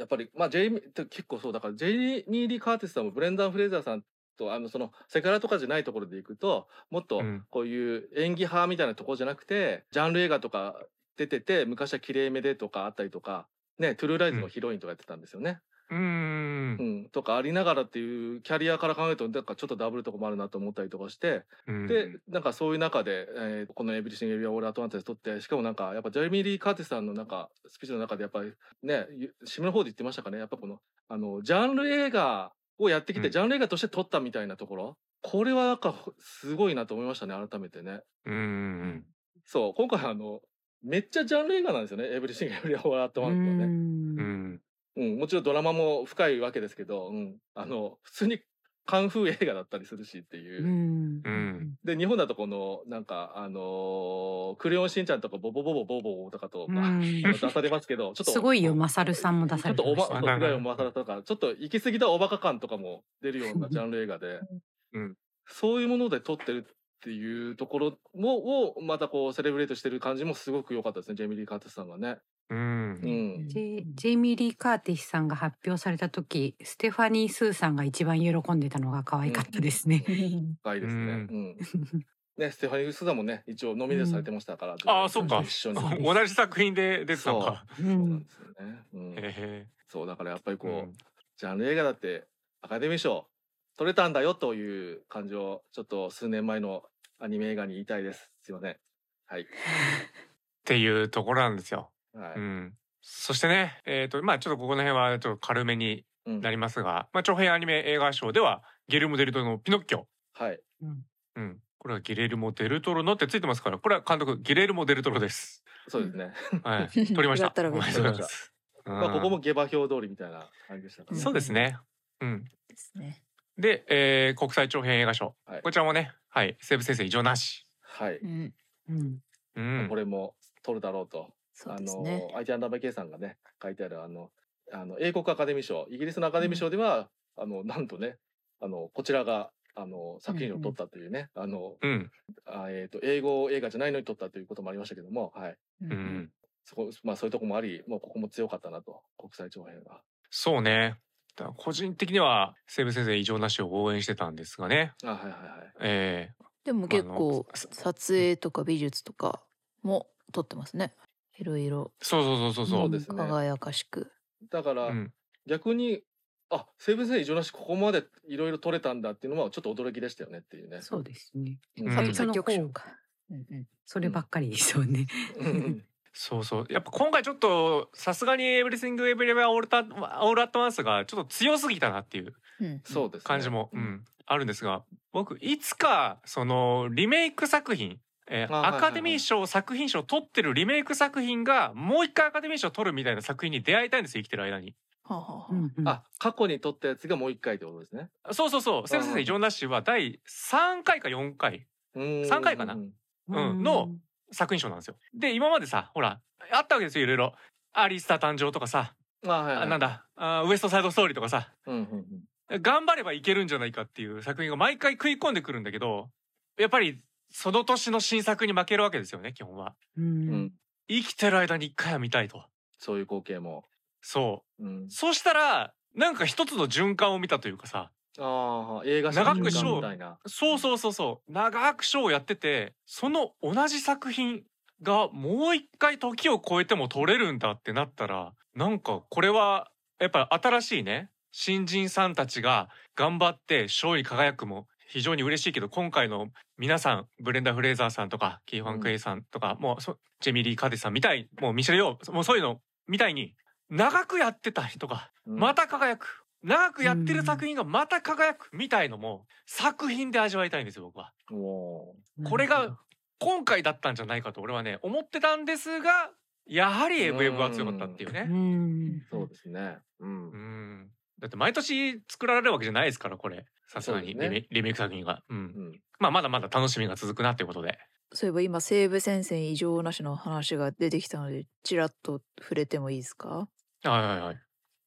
Speaker 2: やっぱり、まあ、ジェイミ、て結構そう、だから、ジェイミリー・カーティスさんもブレンダン・フレイザーさんと、あの、その、セクハラとかじゃないところでいくと、もっと
Speaker 1: うん
Speaker 2: こういう演技派みたいなところじゃなくて、ジャンル映画とか出てて、昔は綺麗めでとかあったりとか、ね、トゥルーライズのヒロインとかやってたんですよね。
Speaker 1: うーん
Speaker 2: う。ん、とかありながらっていうキャリアから考えるとなんかちょっとダブルとかもあるなと思ったりとかして、
Speaker 1: うん
Speaker 2: でなんかそういう中で、えーこの「エブリシング・エビア・オール・アトランテス」撮ってしかもなんかやっぱジェレミー・リー・カーティスさんのなんかスピーチの中でやっぱりねゆ締めの方で言ってましたかねやっぱこのあのジャンル映画をやってきて、
Speaker 1: うん
Speaker 2: ジャンル映画として撮ったみたいなところこれはなんかほすごいなと思いましたね改めてね。
Speaker 1: うんうん。
Speaker 2: そう今回あのめっちゃジャンル映画なんですよね「エブリシング・エビア・オール・アトランテス」はね。
Speaker 1: うんん。
Speaker 2: うん、もちろんドラマも深いわけですけど、うん、あの普通にカンフー映画だったりするしっていう、
Speaker 3: うん。
Speaker 1: うん
Speaker 2: で日本だとこのなんかあのークレヨンしんちゃん」とか「ボボボボボボ」とかと、
Speaker 3: う
Speaker 2: まあ
Speaker 3: ん
Speaker 2: あの出されますけどちょっと
Speaker 3: すごいよ、マサルさんも出
Speaker 2: ち
Speaker 3: さ
Speaker 2: ょ
Speaker 3: れ
Speaker 2: っと
Speaker 3: て
Speaker 2: お
Speaker 3: ま
Speaker 2: ば
Speaker 3: し
Speaker 2: そ
Speaker 3: たね
Speaker 2: うすごいおばさらとかちょっと行き過ぎたおバカ感とかも出るようなジャンル映画で、
Speaker 1: うん
Speaker 2: そういうもので撮ってるっていうところもをまたこうセレブレートしてる感じもすごく良かったですねジェイミリー・カーティスさんがね。
Speaker 1: うん
Speaker 2: う。ん
Speaker 3: ジェジェイミー・リー・カーティスさんが発表された時ステファニー・スーさんが一番喜んでたのが可愛かったですね。
Speaker 2: 深いですね。
Speaker 1: うん
Speaker 2: うんね、ステファニー・ウスダもね、一応ノミネートされてましたから。
Speaker 1: あーそっか
Speaker 2: 一緒に。
Speaker 3: そうで す
Speaker 1: 同じ作品で出てたのか。
Speaker 3: う
Speaker 2: そうなん
Speaker 3: ん
Speaker 2: ですよね。うん
Speaker 1: へ
Speaker 2: そう、だからやっぱり
Speaker 1: え。う
Speaker 2: こう、
Speaker 1: ん
Speaker 2: ジャンル映画だってアカデミー賞取れたんだよという感じを、ちょっと数年前のアニメ映画に言いたいです。すいません。はい。
Speaker 1: っていうところなんですよ。
Speaker 2: はい。
Speaker 1: うん。そしてね、えっ、と、まあちょっとここの辺はちょっと軽めに
Speaker 2: うん
Speaker 1: なりますが、まあ長編アニメ映画賞では、ゲルモ・デルトロのピノッキオ。
Speaker 2: はい。
Speaker 1: うん。これはゲレルモ・デルトロのってついてますから、これは監督、ゲレルモ・デルトロです。
Speaker 2: そうですね。
Speaker 1: はい。取りま した。
Speaker 4: だったら
Speaker 1: おめ
Speaker 4: びっ
Speaker 1: で
Speaker 4: くり
Speaker 1: とうございます。
Speaker 2: まあ、ここ
Speaker 1: う
Speaker 2: も下馬評通りみたいな感じでしたか
Speaker 1: ん
Speaker 2: ね。
Speaker 1: そうですね。うん。
Speaker 4: ですね。
Speaker 1: で、えー国際長編映画賞。
Speaker 2: はい
Speaker 1: こちらもね、はい。西部先生異常なし。
Speaker 2: はい。
Speaker 4: うん。
Speaker 3: うん
Speaker 1: うん
Speaker 2: こ。れも取るだろうと。
Speaker 4: そうですね。
Speaker 2: あの、アイティアンダーバイケイさんがね、書いてある、あの、あの、英国アカデミー賞、イギリスのアカデミー賞では、あの、なんとね、あの、こちらが、あの、作品を取ったというね、あの、
Speaker 1: うん。
Speaker 2: あえっ、と、英語映画じゃないのに取ったということもありましたけども、はい。
Speaker 4: う
Speaker 1: う。ん。
Speaker 2: そこ、まあそういうとこもあり、もうここも強かったなと、国際長編が。
Speaker 1: そうね。だから個人的には西部先生異常なしを応援してたんですがね。
Speaker 2: あ、はいはいはい。
Speaker 1: えー
Speaker 4: でも結構
Speaker 1: あの
Speaker 4: 撮影とか美術とかも撮ってますね。いろいろ。
Speaker 1: そうそうそうそうそうう。
Speaker 2: んですね
Speaker 4: 輝かしく。
Speaker 2: だから、
Speaker 1: うん
Speaker 2: 逆に、あ、西武線異常なし、ここまでいろいろ取れたんだっていうのは、ちょっと驚きでしたよねっていうね。
Speaker 3: そうですね。
Speaker 2: うん
Speaker 1: うん
Speaker 3: その
Speaker 4: 作曲賞
Speaker 3: 方
Speaker 4: か。うんうん。
Speaker 3: そればっかりでしょうね。
Speaker 2: うん
Speaker 1: そうそう。やっぱ今回ちょっとさすがにエブリシングエブリバーオールタオールアットワンスがちょっと強すぎたなっていう
Speaker 4: うん
Speaker 2: そうです、ね。
Speaker 1: 感じも、
Speaker 4: う
Speaker 1: うんん、あるんですが、僕いつかそのリメイク作品、えー
Speaker 2: あはいはいはい
Speaker 1: アカデミー賞作品賞を取ってるリメイク作品がもう一回アカデミー賞を取るみたいな作品に出会いたいんですよ生きてる間に。
Speaker 4: はあはあはあ
Speaker 3: うんうん
Speaker 2: あ、過去に取ったやつがもう一回ってことですね。
Speaker 1: そうそうそう。セブン先生異常なしは第3回か4回
Speaker 2: 3
Speaker 1: 三回かなうんの作品賞なんですよ。で今までさほらあったわけですよいろいろ。アリスター誕生とかさ、
Speaker 2: あ、はいは
Speaker 1: あ
Speaker 2: い、
Speaker 1: なんだあーウエストサイドストーリーとかさ
Speaker 2: うんうんうん。
Speaker 1: 頑張ればいけるんじゃないかっていう作品が毎回食い込んでくるんだけど、やっぱりその年の新作に負けるわけですよね、基本は。
Speaker 3: う
Speaker 2: うんん。
Speaker 1: 生きてる間に一回は見たいと。
Speaker 2: そういう光景も。
Speaker 1: そ
Speaker 2: うん
Speaker 1: う。そうしたら、なんか一つの循環を見たというかさ、
Speaker 2: ああ、映画
Speaker 1: 長
Speaker 3: く
Speaker 2: シ
Speaker 3: シ
Speaker 2: ョ
Speaker 3: ョ
Speaker 1: ー
Speaker 2: ーみたいな。
Speaker 1: そうそうそうそう、長くショーをやってて、その同じ作品がもう一回時を超えても撮れるんだってなったら、なんかこれは、やっぱ新しいね、新人さんたちが頑張って賞に輝くも非常に嬉しいけど、今回の皆さん、ブレンダー・フレイザーさんとか、キーファン・クエイさんとか、もうそ、ジェミリー・カーティスさんみたい、もうミシェル・ヨー、もうそういうのみたいに、長くやってた人が
Speaker 2: うん
Speaker 1: また輝く長くやってる作品がまた輝くみたいのも作品で味わいたいんですよ僕は
Speaker 2: お
Speaker 1: これが今回だったんじゃないかと俺はね思ってたんですがやはりウェブが強かったっていう
Speaker 3: う
Speaker 1: ね
Speaker 3: ん
Speaker 2: ーそうですね。うん
Speaker 1: うん。だって毎年作られるわけじゃないですからこれさすがに
Speaker 2: そ
Speaker 1: リ
Speaker 2: うです
Speaker 1: メ,、
Speaker 2: ね
Speaker 1: リメイク作品が、うん
Speaker 2: うん
Speaker 1: まあまだまだ楽しみが続くなっていうことで
Speaker 4: そういえば今西武戦線異常なしの話が出てきたのでちらっと触れてもいいですか
Speaker 1: はいはいはい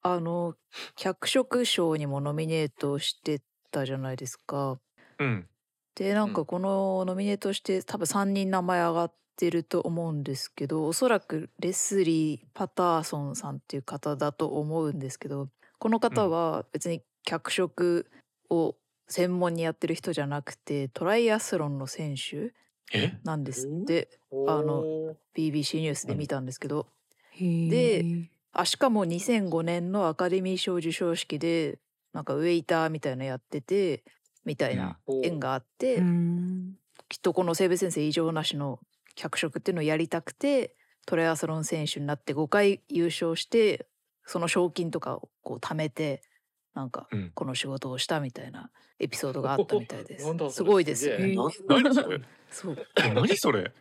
Speaker 4: あの脚色賞にもノミネートしてたじゃないですか。
Speaker 1: うん
Speaker 4: でなん
Speaker 2: う
Speaker 4: か
Speaker 2: ん
Speaker 4: このノミネートして多分3人名前上がってると思うんですけどおそらくレスリー・パターソンさんっていう方だと思うんですけどこの方は別に脚色を専門にやってる人じゃなくてトライアスロンの選手
Speaker 1: え
Speaker 4: なんですってあの
Speaker 2: おー
Speaker 4: BBC ニュースで見たんですけど
Speaker 3: へー
Speaker 4: であしかも2005年のアカデミー賞授賞式でなんかウェイターみたいなやっててみたいな
Speaker 2: うん
Speaker 4: 縁があって、
Speaker 3: うん
Speaker 4: きっとこの西部先生異常なしの脚色っていうのをやりたくてトライアスロン選手になって5回優勝してその賞金とかをこう貯めてなんか
Speaker 1: うん
Speaker 4: この仕事をしたみたいなエピソードがあったみたいです。
Speaker 2: おお なんだそれ
Speaker 4: すごいですよ
Speaker 2: すげ
Speaker 3: え
Speaker 4: ね。
Speaker 1: な何それ
Speaker 4: そう
Speaker 1: え何それ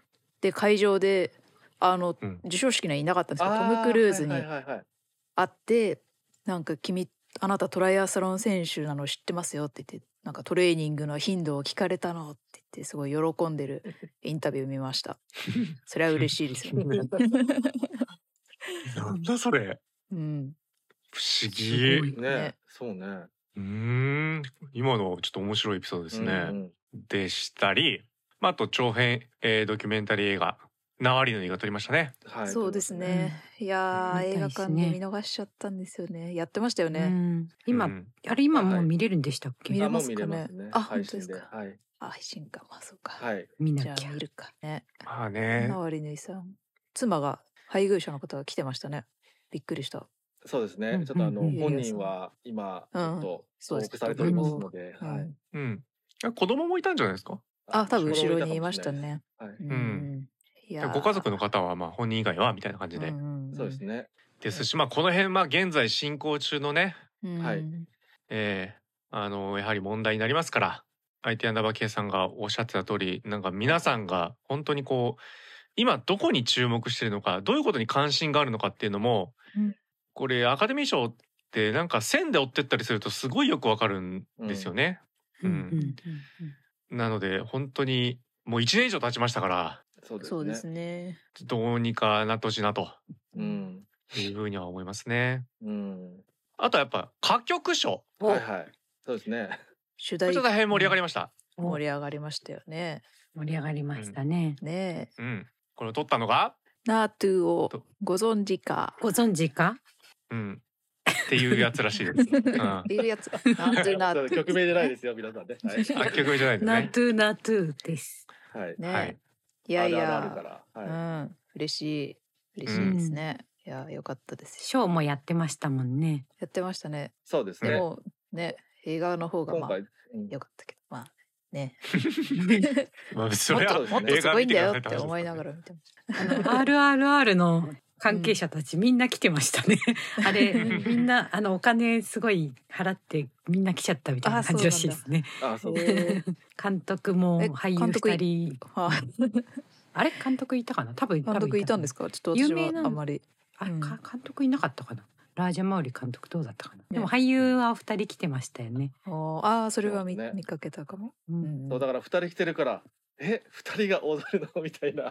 Speaker 4: で会場であの
Speaker 1: うん
Speaker 4: 授賞式にはいなかったんですけど、
Speaker 2: あ
Speaker 4: トム・クルーズに
Speaker 2: はいはいはいはい
Speaker 4: 会ってなんか君あなたトライアスロン選手なの知ってますよって言ってなんかトレーニングの頻度を聞かれたのって言ってすごい喜んでるインタビュー見ましたそれは嬉しいですよね
Speaker 1: なんだそれ
Speaker 4: うん
Speaker 1: 不思
Speaker 3: すご
Speaker 1: 議
Speaker 3: い
Speaker 2: ね
Speaker 4: ね、
Speaker 2: そうね。
Speaker 1: うーん今のちょっと面白いエピソードですね、
Speaker 2: うん
Speaker 1: でしたり、まあ、あと長編、えードキュメンタリー映画「ナワリヌイ」が撮りましたね。
Speaker 2: はい
Speaker 4: そうですね、いやー
Speaker 3: 見
Speaker 4: 映
Speaker 3: た
Speaker 4: 画
Speaker 3: いしね
Speaker 4: 館で見逃しちゃったんですよねやってましたよ
Speaker 3: う
Speaker 4: ね、
Speaker 3: ん
Speaker 1: う
Speaker 3: 今
Speaker 1: ん
Speaker 3: あれ今もう見れるんでしたっけ
Speaker 4: 見れ
Speaker 2: あも
Speaker 4: ま
Speaker 2: う
Speaker 4: す
Speaker 2: 見
Speaker 4: か
Speaker 2: れ
Speaker 4: ね
Speaker 2: ますね。
Speaker 4: あ
Speaker 2: 配
Speaker 4: 本
Speaker 2: 信
Speaker 4: 当
Speaker 2: で。
Speaker 4: ですか
Speaker 2: はい。
Speaker 4: あ配信かまあそうか、
Speaker 2: はい。
Speaker 3: 見
Speaker 4: じ
Speaker 3: な
Speaker 4: ゃ
Speaker 3: き
Speaker 4: あ
Speaker 3: ゃ
Speaker 4: 見るかね
Speaker 1: まあね
Speaker 4: ナワリヌイさん妻が配偶者の方が来てましたねびっくりした
Speaker 2: そうです
Speaker 3: う
Speaker 2: ね
Speaker 3: ん。
Speaker 2: ちょっとあの、
Speaker 3: うん
Speaker 2: 本人は今、ちょっと、
Speaker 4: そうです
Speaker 2: 報告されておりますので、
Speaker 4: うん
Speaker 2: はい。
Speaker 1: うん、あ子供もいたんじゃないですか
Speaker 4: あ多分後ろにいました。ね
Speaker 2: はい
Speaker 4: うん
Speaker 1: ん
Speaker 4: いやー
Speaker 1: ご家族の方はまあ本人以外はみたいな感じで、
Speaker 4: んんん
Speaker 2: そうですね。
Speaker 1: ですし、まあ、この辺まあ現在進行中のね、
Speaker 4: うん
Speaker 2: はい
Speaker 1: えーあのやはり問題になりますから IT アンダーバー K さんがおっしゃってた通りなんか皆さんが本当にこう今どこに注目してるのかどういうことに関心があるのかっていうのも、
Speaker 4: うん
Speaker 1: これアカデミー賞ってなんか線で追ってったりするとすごいよくわかるんですよね。
Speaker 3: うんうんうん
Speaker 1: なので本当にもう1年以上経ちましたから
Speaker 2: そうですね。
Speaker 4: そうですね。
Speaker 1: どうにかなってほしいなと
Speaker 2: うん。
Speaker 1: いうふうには思いますね。
Speaker 2: うん。
Speaker 1: あとはやっぱ歌曲賞こ
Speaker 2: はいはい。そうですね。
Speaker 4: 主
Speaker 1: れ
Speaker 4: 題
Speaker 1: ちょっと大変盛り上がりました。
Speaker 3: うん
Speaker 4: 盛り上がりましたよね。
Speaker 3: 盛り上がりましたね。
Speaker 4: ねえ。
Speaker 1: うん、これを取ったのが、
Speaker 4: ナートゥをご存知か。
Speaker 3: ご存知か？
Speaker 1: うん、っていうやつらしい です。うん、あ
Speaker 4: っていう やつ。ナートゥナートゥ。
Speaker 2: 曲名じゃないですよ、皆さんね。 はい
Speaker 1: 曲名じゃないんで
Speaker 3: ナ
Speaker 1: ね。
Speaker 3: トゥナトゥです。
Speaker 2: はい。
Speaker 4: ねえ。
Speaker 1: はいい、
Speaker 4: やい
Speaker 2: あるあるある
Speaker 4: や。
Speaker 2: か
Speaker 4: う
Speaker 2: ら。はい。
Speaker 4: ん。嬉しい。嬉しいですね。いや、よかったです。
Speaker 3: ショーもやってましたもんね。
Speaker 4: やってましたね。
Speaker 2: そうです
Speaker 4: で
Speaker 2: ね。
Speaker 4: も、ね、映画の方が
Speaker 2: 今
Speaker 4: まあ
Speaker 2: 回、うん
Speaker 4: よかったけど、まあね。
Speaker 1: まあ、そ
Speaker 4: もっ
Speaker 1: れ
Speaker 4: と
Speaker 1: は
Speaker 2: ね
Speaker 4: もっと
Speaker 1: 映
Speaker 4: す
Speaker 1: 画
Speaker 4: ごい
Speaker 1: 見
Speaker 4: ん
Speaker 1: てくだ
Speaker 4: だよ
Speaker 1: さい
Speaker 4: っ
Speaker 1: って
Speaker 4: て
Speaker 1: 話
Speaker 4: 思いながら見てまし た。
Speaker 3: あの RRR の関係者たちみんな来てましたね。あれみんなあのお金すごい払ってみんな来ちゃったみたいな感じらしいですね。
Speaker 2: あ、そうです。
Speaker 4: へえ
Speaker 3: 監督も
Speaker 4: え
Speaker 3: 俳優
Speaker 4: 監督い
Speaker 3: 二人。
Speaker 4: はい。
Speaker 3: あれ監督いたかな？多分。
Speaker 4: 監督いたんですすかちょっと私
Speaker 3: 有名
Speaker 4: は
Speaker 3: な
Speaker 4: あんまり。
Speaker 3: あ、
Speaker 4: うん
Speaker 3: か監督いなかったかな。ラージャマウリ監督どうだったかな。でも
Speaker 4: ね
Speaker 3: 俳優はお二人来てましたよね。
Speaker 4: あーあー、それは見,、
Speaker 2: そうね
Speaker 4: 見かけたかも。
Speaker 3: う。
Speaker 4: うんん
Speaker 2: そうだから二人来てるから、え、二人が踊るのみたいな。
Speaker 4: ね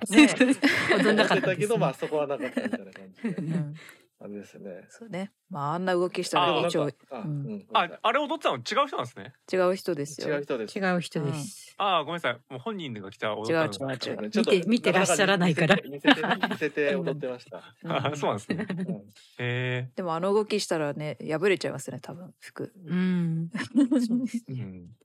Speaker 3: 踊んなかったです、ね。
Speaker 2: 思てけど、まあそこはなかったみたいな感じで。
Speaker 4: うん
Speaker 2: あれですよね。
Speaker 4: そうね。まああんな動きした
Speaker 1: あー
Speaker 4: ら一応違
Speaker 2: あ、
Speaker 4: う
Speaker 2: うんん、
Speaker 1: ああれ踊ってたの違う人なんですね
Speaker 4: う人です
Speaker 2: 違
Speaker 4: よ
Speaker 2: う。人です。
Speaker 3: 違う人です。
Speaker 1: ああごめんなさいもう本人が来た踊っ
Speaker 4: 違う
Speaker 1: た
Speaker 4: 違
Speaker 1: の
Speaker 4: う違
Speaker 2: そう
Speaker 4: う。
Speaker 2: ね
Speaker 3: 見て見てらっしゃらないから
Speaker 2: 見せて見せ て踊ってました。
Speaker 4: うん
Speaker 1: あそうなんです ね
Speaker 2: うん
Speaker 1: へ
Speaker 4: でもあの動きしたらね破れちゃいますね多分服。
Speaker 3: うん。
Speaker 1: えうん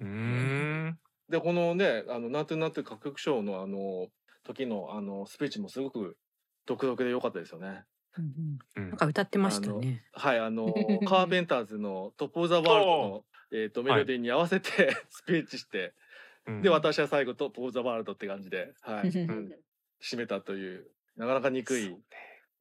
Speaker 1: うーん
Speaker 2: でこのね「あのなんとなって歌曲賞の」あの時のあのスピーチもすごく独特で良かったですよね。
Speaker 3: うん
Speaker 1: うん
Speaker 3: なんか歌ってましたね。
Speaker 2: はいあ のカーペンターズの「トップ・オブ・ザ・ワールドの」えーとメロディーに合わせてスピーチして、
Speaker 1: うん
Speaker 2: で私は最後「トップ・オブ・ザ・ワールド」って感じで、はい、
Speaker 1: うん
Speaker 2: 締めたというなかなか憎い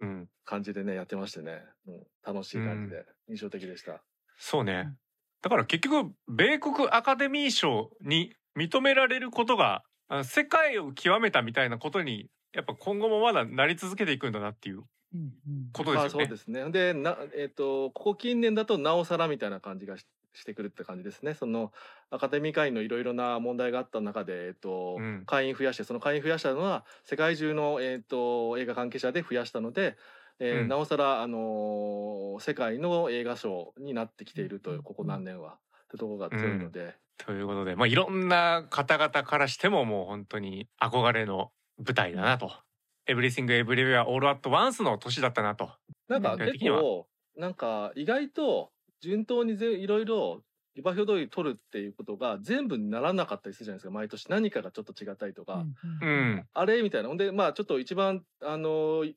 Speaker 1: うん
Speaker 2: 感じでねやってましてね、うん、楽しい感じで印象的でした。
Speaker 1: そうねだから結局米国アカデミー賞に認められることがあ世界を極めたみたいなことにやっぱ今後もまだなり続けていくんだなっていう
Speaker 3: うんうん
Speaker 1: ことで
Speaker 2: まあ
Speaker 1: す
Speaker 2: そ
Speaker 1: よ
Speaker 2: う
Speaker 1: ね。
Speaker 2: ですね。で、なえっ、とここ近年だとなおさらみたいな感じがししてくるって感じですね。そのアカデミー会員のいろいろな問題があった中で、えっ、と、
Speaker 1: うん
Speaker 2: 会員増やしてその会員増やしたのは世界中のえっ、と映画関係者で増やしたので、えー
Speaker 1: うん
Speaker 2: なおさらあのー世界の映画賞になってきているといううんここ何年は、ってところが強いので、
Speaker 1: ということで、まあ、いろんな方々からしてももう本当に憧れの舞台だなと。エブリシング・エブリウェア・オール・アット・ワンスの年だったなと。
Speaker 2: なんか
Speaker 1: うん
Speaker 2: 結構なんか意外と順当にぜいろいろリバ表通り取るっていうことが全部にならなかったりするじゃないですか毎年何かがちょっと違ったりとか。
Speaker 1: う
Speaker 3: うん
Speaker 1: ん。
Speaker 2: あれみたいな。ほんで、まあ、ちょっと一番、あのー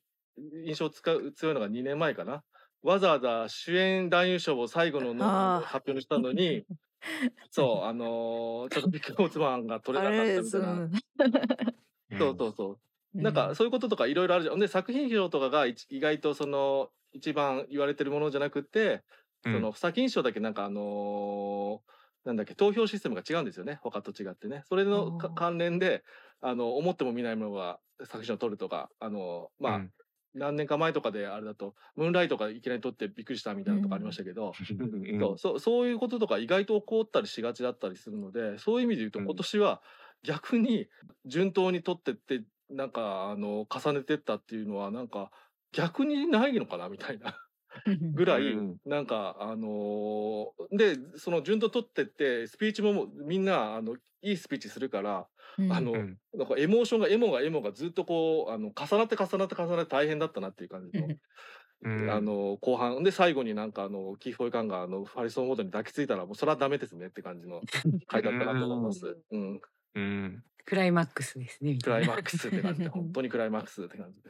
Speaker 2: 印象つか強いのが2年前かな。わざわざ主演男優賞を最後のの
Speaker 4: あー
Speaker 2: 発表にしたのに、そう、あのーちょっとビッグボーツマンが取れなかったみたいな。そうそうそう。なんかそういうこととかいろいろあるじゃん。ほんで、作品賞とかが一意外とその、一番言われてるものじゃなくて、
Speaker 1: うん、
Speaker 2: その作品賞だけなんかあのーなんだっけ投票システムが違うんですよね他と違ってねそれの
Speaker 3: あ
Speaker 2: か
Speaker 3: ー
Speaker 2: 関連であの思っても見ないものが作品賞を取るとかあのまあ、
Speaker 1: うん
Speaker 2: 何年か前とかであれだと「ムーンライト」がいきなり取ってびっくりしたみたいなとかありましたけど、
Speaker 1: うん
Speaker 2: そうそうそういうこととか意外と起こったりしがちだったりするのでそういう意味で言うと
Speaker 1: うん
Speaker 2: 今年は逆に順当に取ってってなんかあの重ねてったっていうのはなんか逆にないのかなみたいな。 ぐらい、
Speaker 1: うん
Speaker 2: なんかあのーでその順当取ってってスピーチももうみんなあのいいスピーチするから、あの
Speaker 1: うん
Speaker 2: なんかエモーションがエモがエモがずっとこうあの重なって重なって重なって大変だったなっていう感じの、
Speaker 1: うん
Speaker 2: あの後半で最後になんかあのキーフォイカンがあのファリソンモードに抱きついたらもうそれはダメですねって感じの回だったなと思います。うん、
Speaker 1: うん
Speaker 3: クライマックスですね。み
Speaker 2: ク
Speaker 3: たい
Speaker 2: ラ
Speaker 3: な
Speaker 2: イマックスって感じで 本当にクライマックスって感じで。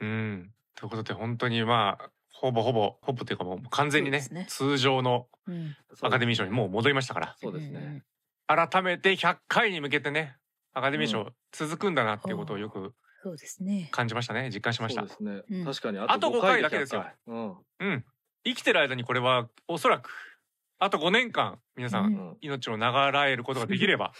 Speaker 1: うんということで本当にまあほぼほぼほぼというかもう完全にね
Speaker 4: そうですね
Speaker 1: 通常のアカデミー賞にもう戻りましたから
Speaker 2: そうですね。
Speaker 1: 改めて100回に向けてねアカデミー
Speaker 2: う
Speaker 1: 賞続くんだなっていうことをよく
Speaker 4: そうですね。
Speaker 1: 感じましたね実感しました
Speaker 2: そうですね、
Speaker 4: うん
Speaker 2: 確かに
Speaker 1: あと5回だけですよ
Speaker 2: 100回。うん
Speaker 1: うん生きてる間にこれはおそらくあと5年間皆さ
Speaker 4: うん
Speaker 2: うん
Speaker 1: 命を長らえることができれば、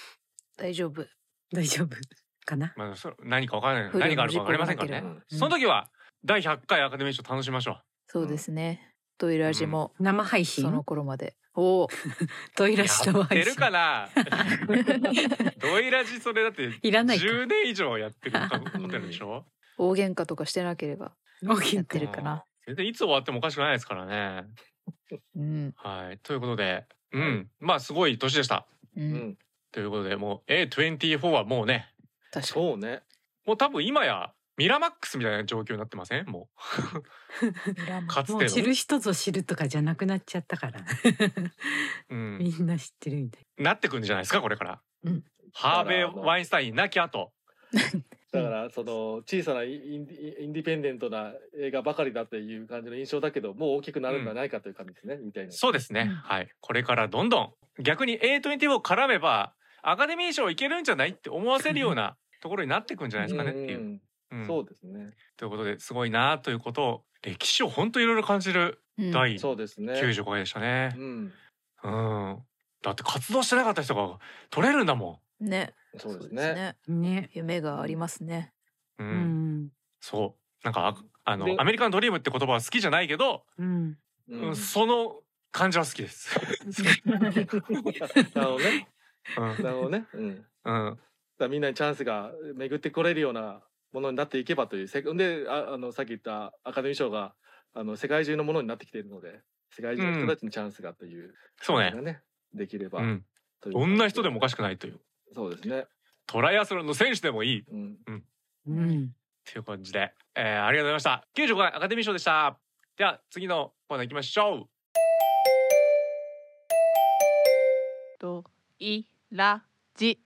Speaker 4: 大丈夫。
Speaker 3: 大丈夫かな。
Speaker 1: まあ、そ何かわからない
Speaker 4: 不良
Speaker 1: 何があるかわかりませんから
Speaker 4: 事
Speaker 1: ね
Speaker 4: 故
Speaker 2: がな、
Speaker 4: ければ
Speaker 1: その時は第100回アカデミー賞楽しみましょ
Speaker 4: そうですね。ドイラジも
Speaker 3: 生配信
Speaker 4: その頃まで。おお。
Speaker 3: ドイ
Speaker 1: う
Speaker 3: ラシの
Speaker 1: や
Speaker 3: 配
Speaker 1: ってる
Speaker 3: 信
Speaker 1: かな ドイラジそれだって
Speaker 3: いらないか
Speaker 1: 10年以上やってることやるでしょ
Speaker 4: 大喧嘩とかしてなければ。
Speaker 3: 大き
Speaker 4: やっ
Speaker 3: な
Speaker 4: てるかな。
Speaker 1: 全然いつ終わってもおかしくないですからね
Speaker 4: うん。
Speaker 1: はいということでうんまあすごい年でした
Speaker 4: う。
Speaker 2: うんん、
Speaker 1: ということでもう A24 はもうね
Speaker 4: 確かに。
Speaker 2: そうね。
Speaker 1: もう多分今やミラマックスみたいな状況になってませんも
Speaker 4: ミラ
Speaker 1: う
Speaker 4: マ
Speaker 1: かつ
Speaker 3: も
Speaker 1: て
Speaker 3: う知
Speaker 1: の、
Speaker 3: る人ぞ知るとかじゃなくなっちゃったから
Speaker 1: うん、
Speaker 3: みんな知ってるみたい
Speaker 1: なってくんじゃないですかこれから、
Speaker 3: うん
Speaker 1: ハーベイ・ワインスタインなきあと
Speaker 2: だからその小さなインディインディペンデントな映画ばかりだっていう感じの印象だけどもう大きくなるんじゃないかという感じですね、みたいな。
Speaker 1: そうですね、
Speaker 4: うん
Speaker 1: はいこれからどんどん逆に A24 を絡めばアカデミー賞いけるんじゃないって思わせるようなところになってくんじゃないですかねっていう。
Speaker 2: うん
Speaker 1: うん
Speaker 2: そうですね。
Speaker 1: ということですごいなということを歴史を本当いろいろ感じる
Speaker 4: うん
Speaker 1: 第
Speaker 2: そうですね。
Speaker 1: 95回でしたね
Speaker 2: う。ん、
Speaker 1: うんだって活動してなかった人が取れるんだも
Speaker 4: ね。
Speaker 2: そうですね。。
Speaker 3: なね
Speaker 4: 夢があります ね。
Speaker 1: ん。う
Speaker 3: うんん
Speaker 1: そうなんかああの
Speaker 2: で
Speaker 1: アメリカンドリームって言葉は好きじゃないけど、
Speaker 3: うん
Speaker 2: うん
Speaker 1: うんその感じは好きです。
Speaker 2: なるほどね。
Speaker 1: う
Speaker 2: なるほどね。うん。だか
Speaker 1: んうん
Speaker 2: らみんなにチャンスが巡ってこれるようなものになっていけばというせでああのさっき言ったアカデミー賞があの世界中のものになってきているので世界中の人たちにチャンスがという、
Speaker 1: そうね
Speaker 2: が。ねできれば、
Speaker 1: うん。
Speaker 2: という
Speaker 1: どんな人でもおかしくないという。
Speaker 2: そうですね、
Speaker 1: トライアスロンの選手でもいい。
Speaker 2: うん、
Speaker 3: うん。
Speaker 1: という感じで、えー、ありがとうございました。95回アカデミー賞でした。では次のコーナー行きましょう。
Speaker 5: といらじ